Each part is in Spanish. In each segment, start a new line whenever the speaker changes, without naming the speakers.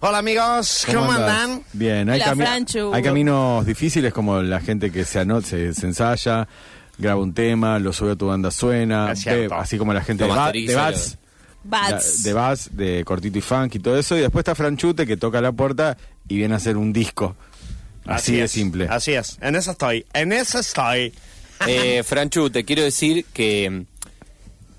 Hola amigos, ¿cómo,
andas?
andan?
Bien, hay,
Hola,
cami-
Franchu.
hay caminos difíciles como la gente que se, ano- se, se ensaya, graba un tema, lo sube a tu banda suena,
Es cierto.
ve- así como la gente de,
Lo
Ba-
masteriza,
de Bats,
Bats.
la- de Bats, de Cortito y Funk y todo eso, y después está Franchute que toca la puerta y viene a hacer un disco. Así, de
es,
simple.
Así es, en eso estoy, en eso estoy.
Eh, Franchu, te quiero decir que mm,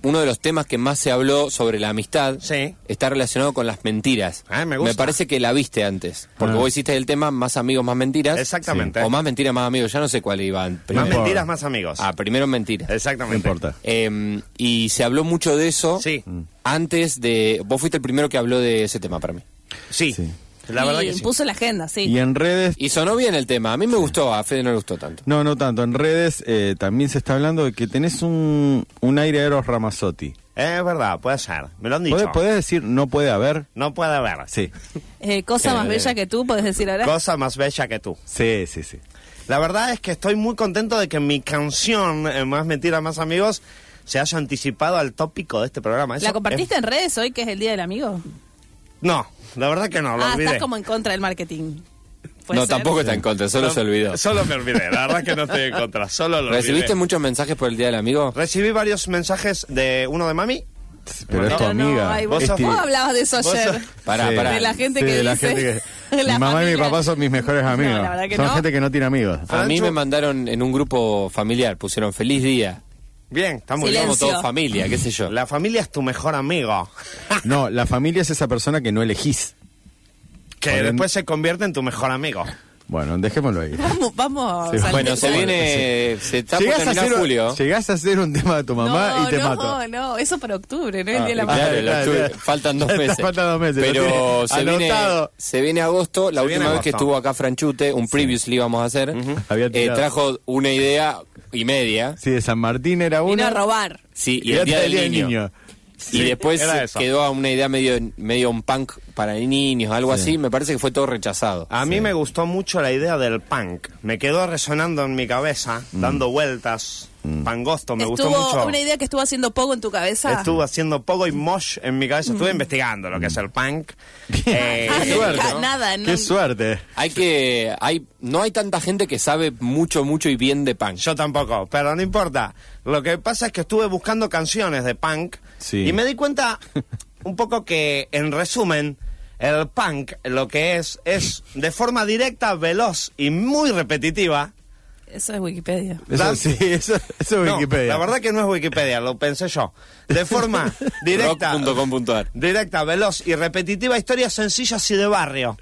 uno de los temas que más se habló sobre la amistad
Sí.
está relacionado con las mentiras.
Ah, me gusta.
parece que la viste antes, porque
Ah.
vos hiciste el tema Más amigos, más mentiras.
Exactamente.
O más mentiras, más amigos. Ya no sé cuál iba. an-
Más
primero.
importa.
mentiras, más amigos.
Ah, primero mentiras.
No
Exactamente.
importa.
Eh, y se habló mucho de eso
Sí.
antes de... Vos fuiste el primero que habló de ese tema para mí.
Sí,
Sí.
la verdad
y
que sí.
puso la agenda, sí.
Y en redes...
Y sonó bien el tema. A mí me gustó, a Fede no le gustó tanto.
No, no tanto. En redes eh, también se está hablando de que tenés un, un aire a Eros Ramazzotti.
Es verdad, puede ser, me lo han dicho.
¿Podés, podés decir no puede haber?
No puede haber.
Sí.
Eh, cosa más
Eh,
bella que tú, podés decir ahora.
Cosa más bella que tú.
Sí, sí, sí.
La verdad es que estoy muy contento de que mi canción, eh, Más Mentiras, Más Amigos, se haya anticipado al tópico de este programa. Eso
¿La compartiste
es-
en redes hoy, que es el Día del Amigo?
No, la verdad que no, lo
ah,
olvidé.
estás como en contra del marketing. ¿Puede
No,
ser?
tampoco está en contra, solo se olvidó.
Solo me olvidé, la verdad que no estoy en contra, solo lo
¿Recibiste
olvidé.
muchos mensajes por el Día del Amigo?
Recibí varios mensajes de uno de mami.
Pero es tu
Pero no,
amiga. Este,
ay,
Vos
vos,
sos-
vos hablabas de eso
vos
ayer.
sos-
Pará,
Sí.
pará.
De la gente
Sí,
que
de la
dice.
gente que-
de la
mi mamá y mi
familia.
papá son mis mejores amigos.
No, la verdad que
son
no. Ah.
gente que no tiene amigos.
A mí
Franchu.
me mandaron en un grupo familiar, pusieron feliz día.
Bien, está muy
Silencio.
Somos todos familia, qué sé yo.
bien. La familia es tu mejor amigo,
No, la familia es esa persona que no elegís.
que
Ponen-
después se convierte en tu mejor amigo.
Bueno, dejémoslo ahí.
Vamos, vamos.
Sí,
al tema.
bueno, se viene. Se está por
Llegás a,
terminar
hacer,
julio.
llegás a hacer un tema de tu mamá
no,
y te
no,
mato.
no, eso para octubre, no el
Ah,
Día de la
y
Madre.
Claro, el
Claro,
octubre.
claro.
Faltan dos
Ya está,
meses.
faltan dos meses, lo
Pero
tiene
se viene,
anotado.
se viene agosto. La
Se viene
última vez que
agosto.
estuvo acá Franchute, un previously íbamos a hacer,
Había
eh,
tirado.
trajo una idea y media.
Sí, de San Martín era uno.
Vino a robar.
Sí, y
era
el día del
Día
niño. Y después
era eso.
quedó a una idea medio, medio un punk para niños, algo así. Me parece que fue todo rechazado.
A mí me gustó mucho la idea del punk. Me quedó resonando en mi cabeza,
Mm.
dando vueltas. Pangosto, me
estuvo
gustó mucho.
una idea que estuvo haciendo poco en tu cabeza.
Estuvo haciendo poco y mosh en mi cabeza.
Mm.
Estuve investigando lo que es el punk. Eh,
Ah,
Qué
nunca,
suerte. ¿no?
nada, no-
Qué suerte.
Hay que. Hay, no hay tanta gente que sabe mucho, mucho y bien de punk.
yo tampoco, pero no importa. Lo que pasa es que estuve buscando canciones de punk
Sí.
y me di cuenta un poco que, en resumen, el punk lo que es es de forma directa, veloz y muy repetitiva.
Eso es Wikipedia.
Eso,
Dan-
sí, eso, eso es
No,
Wikipedia.
la verdad que no es Wikipedia, lo pensé yo. De forma directa,
Rock.com.ar.
directa, veloz y repetitiva, historias sencillas y de barrio.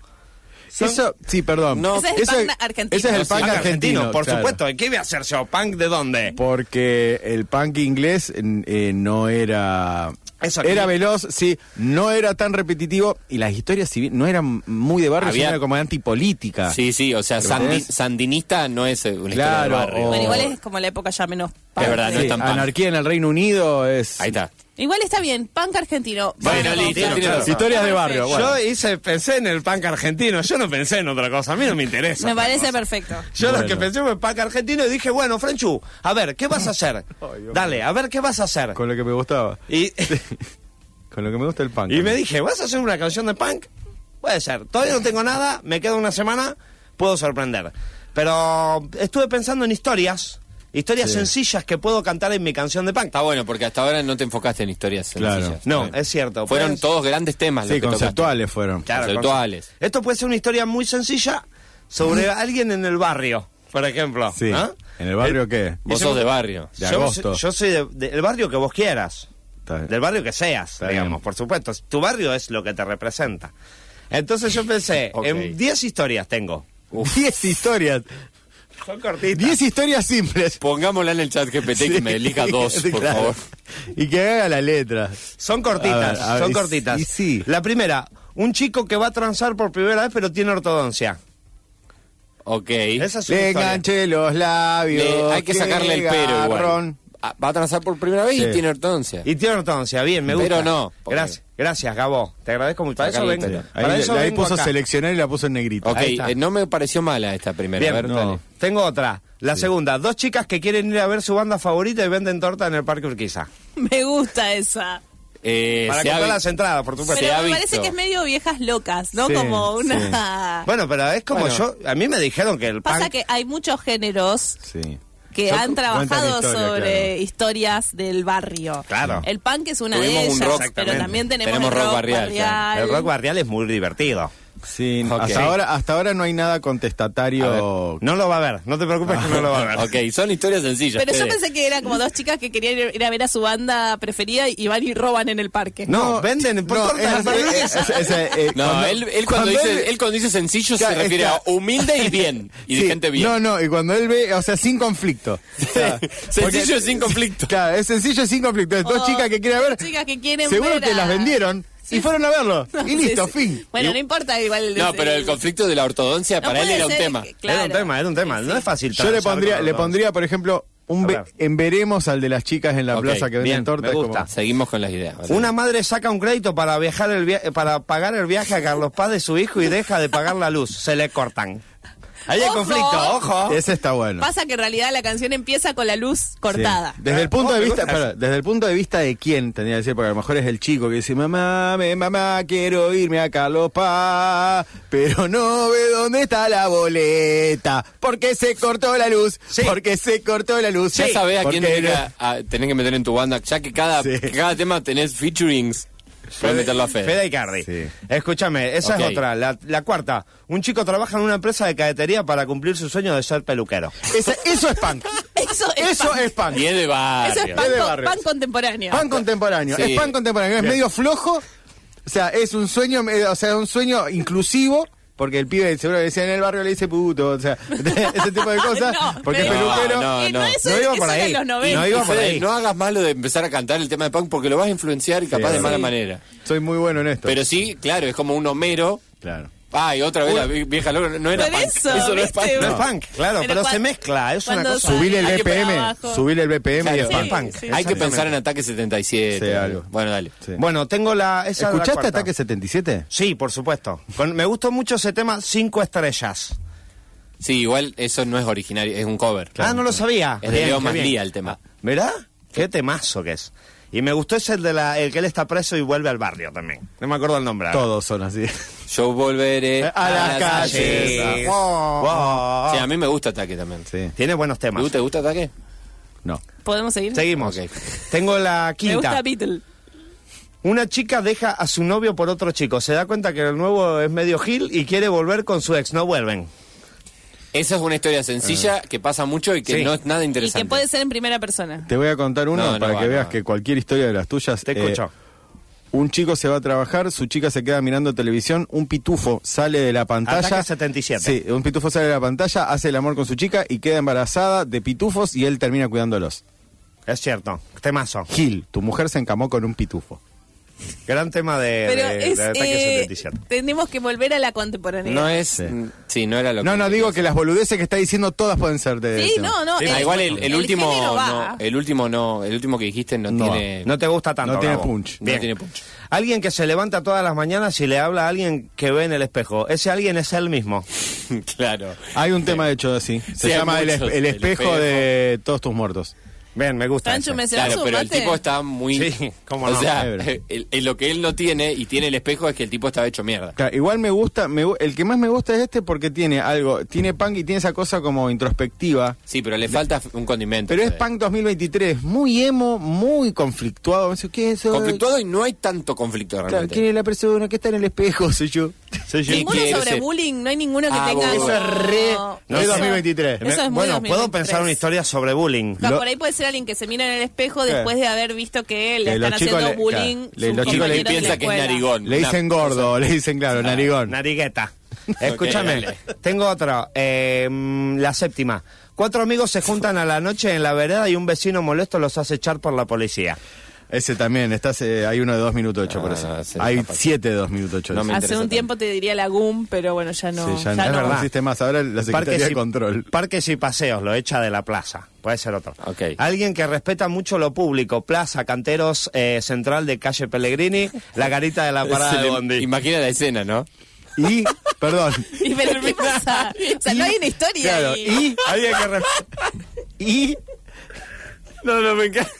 son-
Eso, sí, perdón.
No,
Ese es el
eso,
punk argentino.
ese es el
Sí,
punk
Punk
argentino,
argentino, por
claro.
supuesto. ¿Qué voy a hacer yo? ¿Punk de dónde?
Porque el punk inglés eh, no era...
Eso aquí.
era veloz, sí, no era tan repetitivo y las historias si bien no eran muy de barrio,
Había-
sino era como antipolítica.
Sí, sí, o sea,
¿Lo
sandi-
ves?
sandinista no es eh, una historia
Claro,
del barrio.
o-
Bueno, igual es como la época ya menos punk.
Es verdad, no
Sí,
es tan punk.
anarquía en el Reino Unido es...
Ahí está.
Igual está bien, punk argentino.
Bueno,
Vamos,
listo,
Franchu.
tiene razón.
Historias de barrio, bueno.
Yo hice, pensé en el punk argentino, yo no pensé en otra cosa, a mí no me interesa.
Me
otra
parece
cosa.
perfecto.
Yo lo
Bueno.
que pensé fue punk argentino y dije, bueno, Franchu, a ver, ¿qué vas a hacer? Dale, a ver, ¿qué vas a hacer?
Con lo que me gustaba.
Y,
Con lo que me gusta el punk.
y me dije, ¿vas a hacer una canción de punk? Puede ser, todavía no tengo nada, me queda una semana, puedo sorprender. Pero estuve pensando en historias, historias sencillas que puedo cantar en mi canción de punk.
Está bueno, porque hasta ahora no te enfocaste en historias
Claro.
sencillas.
No,
Bueno.
es cierto. pues,
Fueron
puedes-
todos grandes temas los
Sí,
que tocaste.
conceptuales fueron.
Claro,
Conceptuales.
con- Esto puede ser una historia muy sencilla sobre alguien en el barrio, por ejemplo.
Sí.
¿Ah?
¿En el
Eh,
barrio qué?
Vos sos de barrio.
De
yo,
agosto.
yo soy de- de- del barrio que vos quieras,
Está bien.
del barrio que seas,
Está
digamos,
bien.
por supuesto. Tu barrio es lo que te representa. Entonces yo pensé,
Ok.
en 10 historias tengo.
10 historias.
Son cortitas.
10 historias simples.
Pongámosla en el chat GPT
Sí.
que me elija dos, por
Claro.
favor.
Y que haga la letra.
Son cortitas,
A ver, a ver,
son
y-
cortitas.
y sí.
La primera, un chico que va a transar por primera vez pero tiene ortodoncia.
Ok.
Esa es una
Le
historia.
enganché los labios.
Le- hay que
qué
sacarle el pero igual.
garrón.
Ah, Va a transar por primera vez
Sí.
y tiene ortodoncia.
Y tiene ortodoncia, bien, me gusta.
Pero no, porque-
Gracias, gracias, Gabo. Te agradezco mucho. Para eso
Sacarle el
vengo,
pelo.
Ahí,
para
le-
eso
ahí
vengo
puso
acá.
seleccionar y la puso en negrito.
Ok,
Ahí-
eh, no me pareció mala esta primera.
Bien,
a ver,
no.
dale.
Tengo otra. La segunda, dos chicas que quieren ir a ver su banda favorita y venden torta en el Parque Urquiza.
Me gusta esa.
eh,
Para
se
comprar
ha-
las entradas, por supuesto.
se
Pero
ha
me
visto.
parece que es medio viejas locas, ¿no?
Sí,
como una...
Bueno, pero es como
Bueno.
yo. A mí me dijeron que el
Pasa
punk-
que hay muchos géneros
Sí.
que
Son-
han trabajado
cuentan historia,
sobre
claro.
historias del barrio.
Claro.
El punk es una
Tuvimos
de
un
ellas,
rock,
pero también
exactamente.
tenemos,
Tenemos
el
rock
rock
barrial, claro.
el rock barrial es muy divertido.
Sí,
Ok.
hasta, ahora, hasta ahora no hay nada contestatario.
No lo va a ver, no te preocupes que no lo va a ver.
Ok, son historias sencillas.
Pero yo
Fede.
pensé que eran como dos chicas que querían ir- ir a ver a su banda preferida y van y roban en el parque.
No, venden por
no,
tortas
es
de
así,
hamburguesa.
es- es- es- eh,
No,
cuando-
él, él cuando dice,
él-
él cuando dice sencillo se
Claro,
refiere
está-
a humilde y bien. Y
Sí,
de gente bien.
No, no, y cuando él ve, o sea, sin conflicto. O sea,
Sencillo
porque-
y sin conflicto.
Claro, es sencillo y sin conflicto. Es dos
Oh,
chicas que quieren
dos
ver.
chicas que quieren
Seguro
ver
que
a-
las vendieron
Sí.
y fueron a verlo.
No,
y listo,
sí, sí.
fin.
Bueno,
Y-
no importa, igual.
No, pero el conflicto de la ortodoncia
No
para él
puede
era un
ser
tema.
que- claro.
Era un tema, era un tema. No es fácil.
Yo le
transar
pondría,
con
le
los-
pondría, por ejemplo, un
A
ve-
ver.
en veremos al de las chicas en la
Ok,
plaza que venden
bien,
tortas.
me
como-
gusta.
Seguimos con las ideas. ¿vale?
Una madre saca un crédito para viajar el via- para pagar el viaje a Carlos Paz de su hijo y deja de pagar la luz. Se le cortan. Ahí hay
Ojo.
conflicto, ojo.
Ah, Ese está bueno.
Pasa que en realidad la canción empieza con la luz
Sí.
cortada.
Desde el punto
Oh,
de
me
vista,
gusta
pará, desde el punto de vista de quién tendría que decir, porque a lo mejor es el chico que dice, mamá, me, mamá, quiero irme a Calopá, pero no ve dónde está la boleta, porque se cortó la luz,
Sí.
porque se cortó la luz.
Ya sabés a
porque
quién
no-
tenés, que- a- tenés que meter en tu banda, ya que cada,
Sí.
que cada tema tenés featurings. Puedes meterlo a Fede.
Fede Icardi.
Sí.
Escúchame, esa
Ok.
es otra. La, la cuarta. Un chico trabaja en una empresa de cadetería para cumplir su sueño de ser peluquero.
Esa- eso es punk.
Eso es
eso
punk.
es punk.
Y es de barrio.
Eso es
Es
pan,
de
con-
barrio.
pan contemporáneo.
Pan contemporáneo.
Sí.
Es pan contemporáneo. Es medio flojo. O sea, es un sueño, eh, o sea, es un sueño inclusivo. Porque el pibe seguro que decía en el barrio le dice puto, o sea, ese tipo de cosas.
No,
porque es
no,
peluquero.
no,
Eh, no,
no.
eso,
No iba
eso
por
era
ahí.
en los
No
90.
iba por
Fede,
ahí.
no hagas malo de empezar a cantar el tema de punk porque lo vas a influenciar y capaz
Sí,
de mala
sí.
manera.
Soy muy bueno en esto.
Pero sí, claro, es como un Homero.
claro.
Ay, otra vez la vi- vieja loca. No era
Por
punk.
eso,
no
¿viste?
es punk.
No es
No.
punk, claro,
Pero
pero, se
cuan-
mezcla. Es una
cuando
cosa.
sale-
Subile el
Hay que poner
BPM.
abajo.
Subile el BPM y
Claro,
es
sí.
punk.
punk.
Hay que
Exactamente.
pensar en Ataque 77.
Sí, algo.
Bueno, dale.
Sí.
Bueno, tengo la. Esa es la
¿Escuchaste
cuarta.
Ataque 77?
Sí, por supuesto. Con- me gustó mucho ese tema, cinco estrellas.
Sí, igual eso no es originario, es un cover.
ah, no lo sabía.
Es de
Bien,
Leo
qué
Maslía
bien.
el tema.
¿Verdad? Qué temazo que es. Y me gustó ese el de la, el que él está preso y vuelve al barrio también. No me acuerdo el nombre. ahora. Eh,
Todos son así.
Yo volveré
A las calles.
calles.
Wow.
Wow.
Sí, a mí me gusta Ataque también.
Sí.
Tiene buenos temas.
¿Tú te gusta Ataque?
No.
¿Podemos seguir?
Seguimos.
Ok.
Tengo la
Me
quinta.
gusta Beatle.
Una chica deja a su novio por otro chico. Se da cuenta que el nuevo es medio gil y quiere volver con su ex. No vuelven.
Esa es una historia sencilla
Eh.
que pasa mucho y que
Sí.
no es nada
Y que
interesante.
puede ser en primera persona.
Te voy a contar uno
No, no
para
va,
que
no
veas
va.
que cualquier historia de las tuyas.
Te
eh,
escucho.
Un chico se va a trabajar, su chica se queda mirando televisión, un pitufo sale de la pantalla.
Ataque 77.
Sí, un pitufo sale de la pantalla, hace el amor con su chica y queda embarazada de pitufos y él termina cuidándolos.
Es cierto. Temazo.
Gil, tu mujer se encamó con un pitufo.
Gran tema de,
Pero
de-
es.
de Ataque
eh,
77.
tenemos que volver a la contemporaneidad.
No es.
Sí.
Sí. no era lo
No,
que.
no, digo que las boludeces que está diciendo todas pueden ser de...
Sí, no, no.
Ah,
eh,
igual el, el último
género va.
no, el último no, el último que dijiste no,
No,
tiene
No te gusta tanto.
No tiene
Gabo.
punch.
no
Bien.
tiene punch.
Alguien que se levanta todas las mañanas y le habla a alguien que ve en el espejo. Ese alguien es él mismo.
claro.
Hay un tema hecho así. Se
Sí, hay
llama el,
muchos.
espe- el
El
espejo de todos tus muertos.
Bien, me gusta.
Sancho,
ese.
me- ¿Se va a
Claro,
su
pero el
mate?
tipo está muy
Sí, cómo no.
O sea, eh,
Ebro.
el- el- lo que él no tiene y tiene el espejo es que el tipo estaba hecho mierda.
Claro, igual me gusta, me gu- el que más me gusta es este porque tiene algo, tiene punk y tiene esa cosa como introspectiva.
Sí, pero le falta un condimento.
Pero es
Fede.
punk 2023, muy emo, muy conflictuado. No sé, ¿Qué es eso?
conflictuado y no hay tanto conflicto
Claro,
realmente.
¿Quién es la persona que está en el espejo? Soy yo.
Sí, sí.
Ningún-
Ninguno
quiero
sobre
ser-
bullying, no hay ninguno que
Ah,
tenga.
boludo.
como-
Eso
es re- no es
Eso-
2023.
Eso es muy
bueno, puedo
2023.
pensar una historia sobre bullying.
No,
Lo-
por ahí puede ser alguien que se mira en el espejo después de haber visto que le
Que los
están
chicos
haciendo
le-
bullying.
claro, le-
sus
los chicos le-
compañeros
y
de la
piensa que es
escuela.
narigón.
Le dicen
Una-
gordo, le dicen, claro, narigón.
Narigueta. Escúchame,
dale.
tengo otra. Eh, mm, la séptima. Cuatro amigos se juntan a la noche en la vereda y un vecino molesto los hace echar por la policía.
Ese también, estás, eh, hay uno de 2 minutos 8
No,
por
no,
eso.
no, se
hay
escapa.
7 de 2 minutos 8.
No me
Hace
interesa
un tiempo te diría la GUM, pero bueno, ya no.
Sí, ya
ya
no,
no.
es verdad.
existe más. Ahora la Secretaría de Control.
parques y paseos, lo echa de la plaza. Puede ser otro.
Ok.
Alguien que respeta mucho lo público, plaza, canteros, eh, central de calle Pellegrini, la garita de la
Se
parada de
le-
Bondi.
Imagina la escena, ¿no?
Y, perdón.
Y pero ¿qué pasa? O sea, no hay una historia.
Claro,
ahí.
y,
Alguien que re-
y,
No, no, me encanta.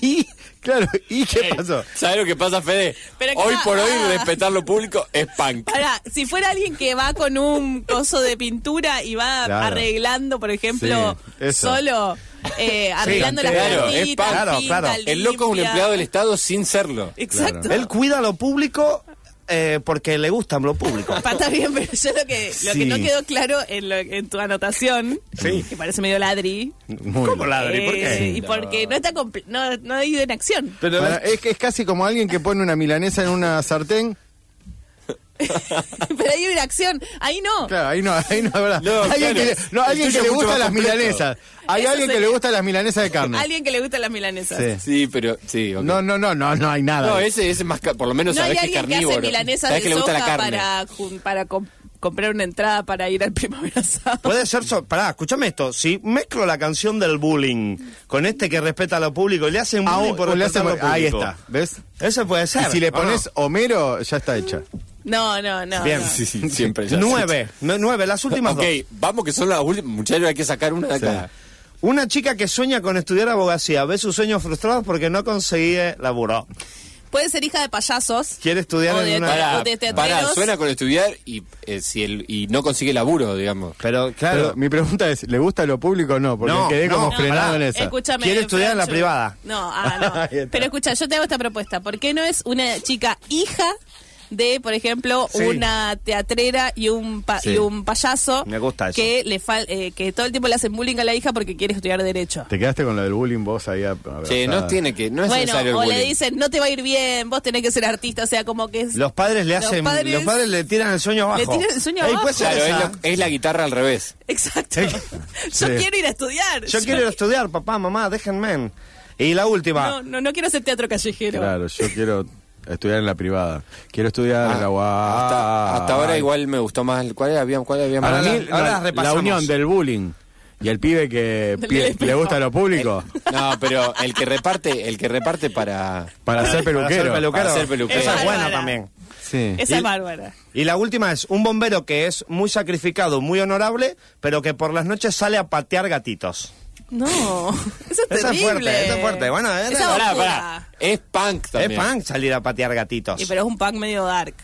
y Claro, ¿y qué
Ey,
pasó?
¿Sabes lo que pasa, Fede?
Pero que
hoy
está-
por hoy
ah.
respetar lo público es punk.
Ahora, si fuera alguien que va con un coso de pintura y va
Claro.
arreglando, por ejemplo,
Sí, eso.
solo, eh, arreglando las
claro,
plantitas,
es pa-
claro,
pinta,
claro.
El loco es un
limpia.
empleado del Estado sin serlo.
Exacto.
Él cuida lo público eh, porque le gusta lo público.
Papá, está bien, pero yo lo que, lo
Sí.
que no quedó claro en, lo- en tu anotación,
Sí.
que parece medio ladri,
Muy
¿Cómo ladri? ¿Por
es-
qué?
y porque no, está compl- no, no ha ido en acción.
Pero Para- es que es casi como alguien que pone una milanesa en una sartén.
pero ahí hay una acción, ahí no.
Claro, ahí no, ahí no habrá.
No,
alguien
claro,
que le, no,
el
alguien
tuyo
que le
es mucho
gustan
más
las
completo.
milanesas. Hay
Eso
alguien que le
sería.
gustan las milanesas de carne.
Alguien que le gustan las milanesas.
Sí.
Sí, pero sí, ok.
No, no, no, no, no hay nada.
No,
de-
ese es más, ca- por lo menos
No hay
sabes que es
alguien que hace
carnívoro.
milanesas
sabes
de
que le gusta la
soja
carne.
para, jun- para com- comprar una entrada para ir al Primavera Sound.
Puede ser, so- pará, escúchame esto, si mezclo la canción del bullying con este que respeta a lo público, le hacen
Ah,
bullying por
o le
respetar
hace-
lo público.
ahí está, ¿ves?
Eso puede
Y
ser.
si le
¿o no?
pones Homero, ya está hecha.
No, no, no.
Bien.
no.
Sí, sí, siempre. ya.
Nueve, no, nueve, las últimas
Ok, vamos que son las últimas. Muchachos, hay que sacar una de acá.
dos. Una chica que sueña con estudiar abogacía ve sus sueños frustrados porque no consigue laburo.
Puede ser hija de payasos.
Quiere estudiar
O
en
de
una...
Pará,
O de teatreros.
pará, suena con estudiar y, eh, si el, y no consigue laburo, digamos.
Pero, claro,
Pero mi pregunta es, ¿le gusta lo público o no? Porque
No,
quedé
no,
como
no,
frenado
pará.
en esa.
Escúchame.
Quiere estudiar en la
Franchu.
privada.
No, ah,
Ahí
no.
está.
Pero escucha, yo te hago esta propuesta. ¿Por qué no es una chica hija de, por ejemplo,
Sí.
una teatrera y un pa-
Sí.
y un payaso
Me gusta eso.
que le fal- eh, que todo el tiempo le hacen bullying a la hija porque quiere estudiar derecho?
Te quedaste con lo del bullying vos ahí. abrazada.
Che, no tiene que, no es necesario el
bueno, o le
bullying.
dicen, no te va a ir bien, vos tenés que ser artista, o sea, como que es...
los padres le
Los
hacen... Los padres,
padres-
le tiran el sueño abajo.
tiran el sueño
Ey,
abajo.
puede ser
Claro, es,
esa.
lo- es la guitarra al revés.
Exacto.
Sí.
Yo quiero ir a estudiar.
Yo quiero ir a estudiar, papá, mamá, déjenme. Y la última.
No, no, no quiero hacer teatro callejero.
Claro, yo quiero estudiar en la privada. Quiero estudiar en la UA.
Ah, hasta, hasta ahora igual me gustó más. el- ¿Cuál había, cuál había más?
Para
Ahora
mí,
la- ahora
la-
las
la,
repasamos.
unión del bullying y el pibe que
Del
pi-
que le
le gusta lo público
No, pero el que reparte, el que reparte para...
para ser
Para
peluquero.
ser peluquero.
Para ser peluquero.
Esa es buena
Bárbara.
también.
Sí.
Esa
Y-
es bárbara.
Y la última es un bombero que es muy sacrificado, muy honorable, pero que por las noches sale a patear gatitos.
No, eso es terrible.
Esa es fuerte, esa es fuerte. Bueno, eh,
Esa
pará,
Pará,
locura.
pará. Es punk también. Ah,
Es punk salir a patear gatitos.
Y
Y,
pero es un punk medio dark.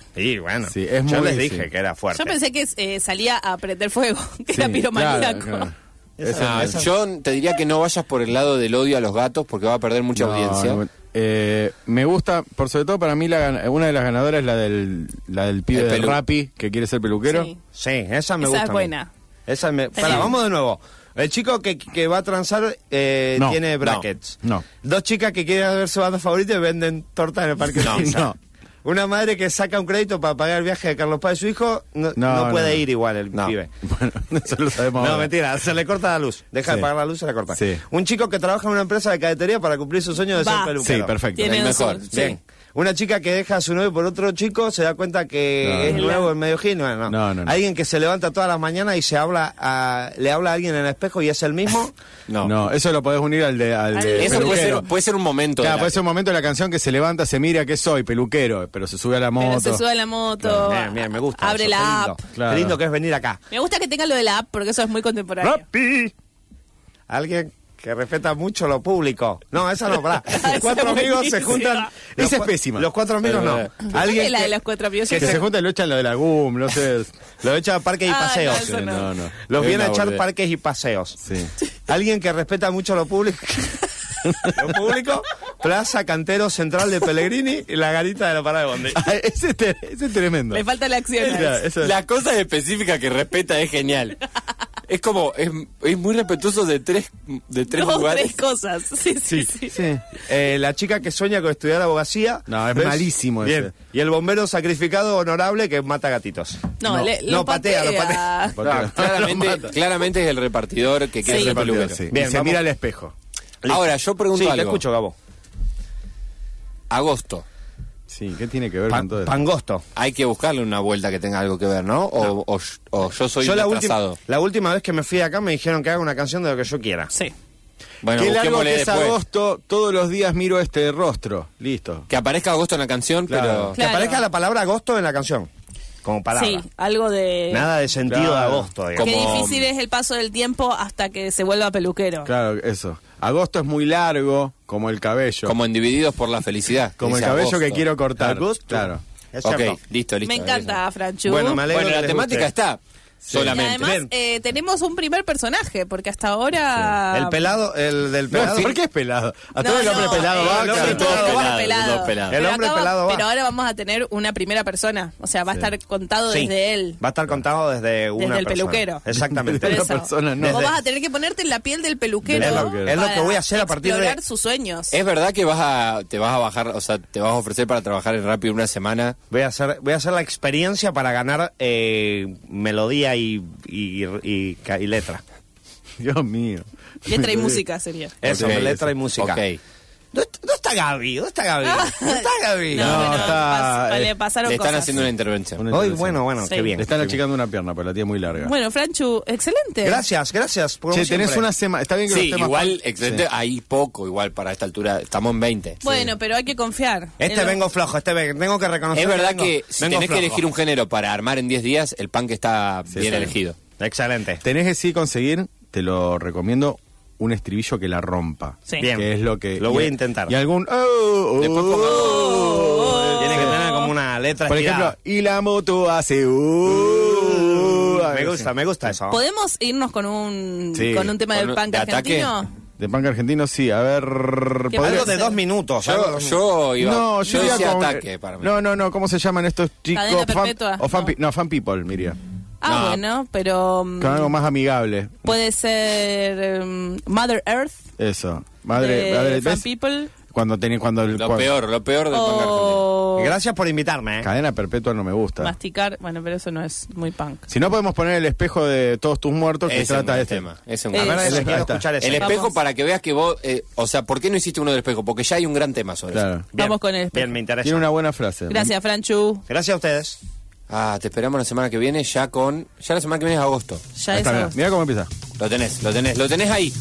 bueno,
Sí, es
yo
muy-
les dije
sí.
que era fuerte.
Yo pensé que eh, salía a prender fuego, que era
Sí,
piromaníaco.
claro, claro.
No, yo te diría que no vayas por el lado del odio a los gatos porque va a perder mucha
No,
audiencia.
no, eh, me gusta, por sobre todo para mí, la, gan- una de las ganadoras es la del, la del pibe
El
del
pelu.
rapi que quiere ser peluquero.
Sí.
Sí, esa me
Esa
gusta.
es
a mí.
buena.
Esa me... Pará,
Tenés-
vamos de nuevo. El chico que, que va a transar eh,
No,
tiene
no,
brackets.
no.
Dos chicas que quieren ver su banda favorita y venden tortas en el parque
No,
de Pizza.
no.
Una madre que saca un crédito para pagar el viaje de Carlos Paz y su hijo no,
No,
no puede
no.
ir igual el
No.
pibe.
Bueno, eso lo sabemos.
No,
ahora.
mentira, se le corta la luz. Deja
Sí.
de pagar la luz, se la corta.
Sí.
Un chico que trabaja en una empresa de cadetería para cumplir su sueño de
Va.
ser
Sí,
peluquero.
perfecto.
Tiene
el
un
mejor.
sur,
Bien. Una chica que deja a su novio por otro chico se da cuenta que
No,
es
no.
nuevo en medio gino. No.
No, no, no.
Alguien que se levanta todas las mañanas y se habla a- le habla a alguien en el espejo y es el mismo.
No.
No, eso lo podés unir al de. Al de
Eso puede
peluquero.
ser, puede ser un momento.
Claro,
de la-
puede ser un momento de la canción que se levanta, se mira que soy peluquero, pero se sube a la
Pero
moto.
se sube a la moto.
Bien, bien, me gusta.
Abre
eso, qué
la
lindo.
app.
Claro.
Qué lindo que es venir acá.
Me gusta que tenga lo de la app porque eso es muy contemporáneo.
¡Rapi!
Alguien que respeta mucho lo público. No, esa no, pará.
Esa
Los cuatro
es
amigos se
buenísima.
juntan. los
Esa es
cua-
pésima.
Los cuatro amigos
Pero,
no.
eh,
¿Cuál es
Alguien
la de
que,
los cuatro amigos?
que
Que se
se-
junta y lo echan lo de la GUM, no sé.
lo echa a parques y
Ah, no,
paseos.
eso
Sí, no, no.
Los
Es
viene a
una
echar
boludez.
parques y paseos.
Sí.
Alguien que respeta mucho lo público. lo público, Plaza Cantero Central de Pellegrini y la garita de la parada de Bondi.
Ah, ese, es tre- ese es tremendo.
Le falta la acción.
Esa-
Alex.
esa-
La cosa específica que respeta es genial. Es como, es, es muy respetuoso de tres, de tres
Dos,
lugares.
tres cosas. Sí, sí, sí.
Sí.
Eh, la chica que sueña con estudiar abogacía.
No, es
¿ves?
malísimo ese.
Bien. Y el bombero sacrificado honorable que mata gatitos.
No,
No,
le,
no,
lo
patea, lo patea.
Porque
No,
lo
claramente,
mata.
claramente es el repartidor que quiere
Sí.
ser peluquero.
Sí.
Bien,
Y se
vamos.
mira al espejo.
Ahora, yo pregunto
Sí, te
algo.
escucho, Gabo.
Agosto.
Sí, ¿qué tiene que ver
Pa-
con todo eso?
pangosto.
Hay que buscarle una vuelta que tenga algo que ver, ¿no? O, o- o yo soy
Yo
un
la última,
atrasado.
la última vez que me fui de acá me dijeron que haga una canción de lo que yo quiera.
Sí.
Bueno,
Qué largo
busquémosle
que es
después.
agosto, todos los días miro este rostro. Listo.
Que aparezca agosto en la canción,
Claro.
pero...
Que
Claro.
aparezca la palabra agosto en la canción. como palabra.
Sí, algo de...
Nada de sentido
Claro.
de agosto, digamos.
Qué
Como-
difícil es el paso del tiempo hasta que se vuelva peluquero.
Claro, eso. Agosto es muy largo, como el cabello.
Como en Divididos por la Felicidad.
Como el
dice
cabello que
agosto.
quiero cortar.
Agosto.
Claro.
Es
Ok,
cierto.
listo, listo.
Me encanta, Franchu.
Bueno, me alegro
Bueno,
que
la
les
temática
guste.
está
y
solamente.
además
Ven.
eh, tenemos un primer personaje, porque hasta ahora...
El pelado, el del
No,
pelado.
¿Por qué es pelado? A
Ah. No,
todo el hombre
no,
pelado
eh,
va.
el hombre
claro.
todo
pelado
hombre
va.
pelado.
Todo pelado.
El
Pero
hombre
acá va-
pelado va.
Pero ahora vamos a tener una primera persona. O sea, va a estar contado
Sí.
desde él.
Va a estar contado desde una
el
persona.
peluquero.
Exactamente.
Por
Por
una
eso.
persona, no.
Vos
Desde-
vas a tener que ponerte en la piel del peluquero.
Es
lo que-
es lo que
para
voy a hacer a partir de-
Explorar sus sueños.
¿Es verdad que vas a, te vas a bajar, o sea, te vas a ofrecer para trabajar en Rápido una semana?
Voy a hacer, voy a hacer la experiencia para ganar eh, melodía y, y, y- ca- y letra.
Dios mío.
Letra y música sería.
Eso,
Ok,
letra y
eso.
música.
Ok.
¿Dó- ¿Dónde está Gaby? ¿Dónde está Gaby?
Ah.
¿Dónde está Gaby?
No,
bueno,
está,
pas-
eh,
le pasaron
Le están
cosas.
haciendo una intervención.
Una
Hoy,
intervención.
bueno, bueno,
Sí.
qué
Le
bien.
están achicando una pierna, pero la tiene muy larga.
Bueno, Franchu, excelente.
Gracias, gracias. como
che, tenés
siempre.
una semana. Está bien que
Sí,
los temas-
igual, excelente.
Sí.
Hay poco, igual, para esta altura. Estamos en 20.
Bueno, pero hay que confiar. Eh, En
Este
lo-
vengo flojo, este vengo, tengo que reconocer.
Es verdad
vengo-
que si
vengo
tenés que
flojo.
elegir un género para armar en 10 días, el pan que está bien
sí.
elegido.
Excelente.
Tenés que sí conseguir, te lo recomiendo, un estribillo que la rompa.
Sí.
Bien.
Que es lo que.
Lo
y-
voy a intentar.
Y algún. oh, oh,
Después pongamos-
oh,
Tiene que
sí.
tener como una letra
Por
estirada.
ejemplo, y la moto hace. uh,
me
algo
gusta,
así.
me gusta eso.
¿Podemos irnos con un,
Sí.
con un tema
Con
del
un-
punk
de ataque.
argentino?
De punk argentino, sí. A ver.
¿Qué
podría-
Algo de dos minutos. algo de
Yo,
dos
yo iba.
No, yo iría
decía
con-
ataque para mí.
No, no, no. ¿Cómo se llaman estos chicos?
Cadena
Fan-
perpetua,
o fan
no.
pe- no, fan people, miría.
Ah,
No.
bueno, pero mm,
Con algo más amigable.
puede ser mm, Mother Earth
Eso. Madre,
de
madre,
Fan
¿ves?
People
Cuando tenés, cuando el.
Lo
cuando-
peor, lo peor del punk argentino.
o
minutos. Gracias por invitarme. ¿eh?
Cadena perpetua no me gusta.
Masticar. Bueno, pero eso no es muy punk.
Si no podemos poner el espejo de todos tus muertos que
Ese es un
trata
buen
este
tema. ese es
A
un
Eh,
ver,
buen tema.
ese-
ese, quiero
ahí está.
escuchar ese.
El
Vamos.
espejo para que veas que vos, eh, o sea, ¿por qué no hiciste uno del espejo? Porque ya hay un gran tema sobre
Claro.
eso.
Bien,
Vamos con el espejo.
Bien, me interesa.
Tiene una buena frase.
Gracias, Franchu.
Gracias a ustedes.
Ah, te esperamos la semana que viene ya con... Ya la semana que viene es agosto.
Ya
Ahí
es
está, mira,
agosto.
mira cómo empieza.
Lo tenés, lo tenés, lo tenés ahí.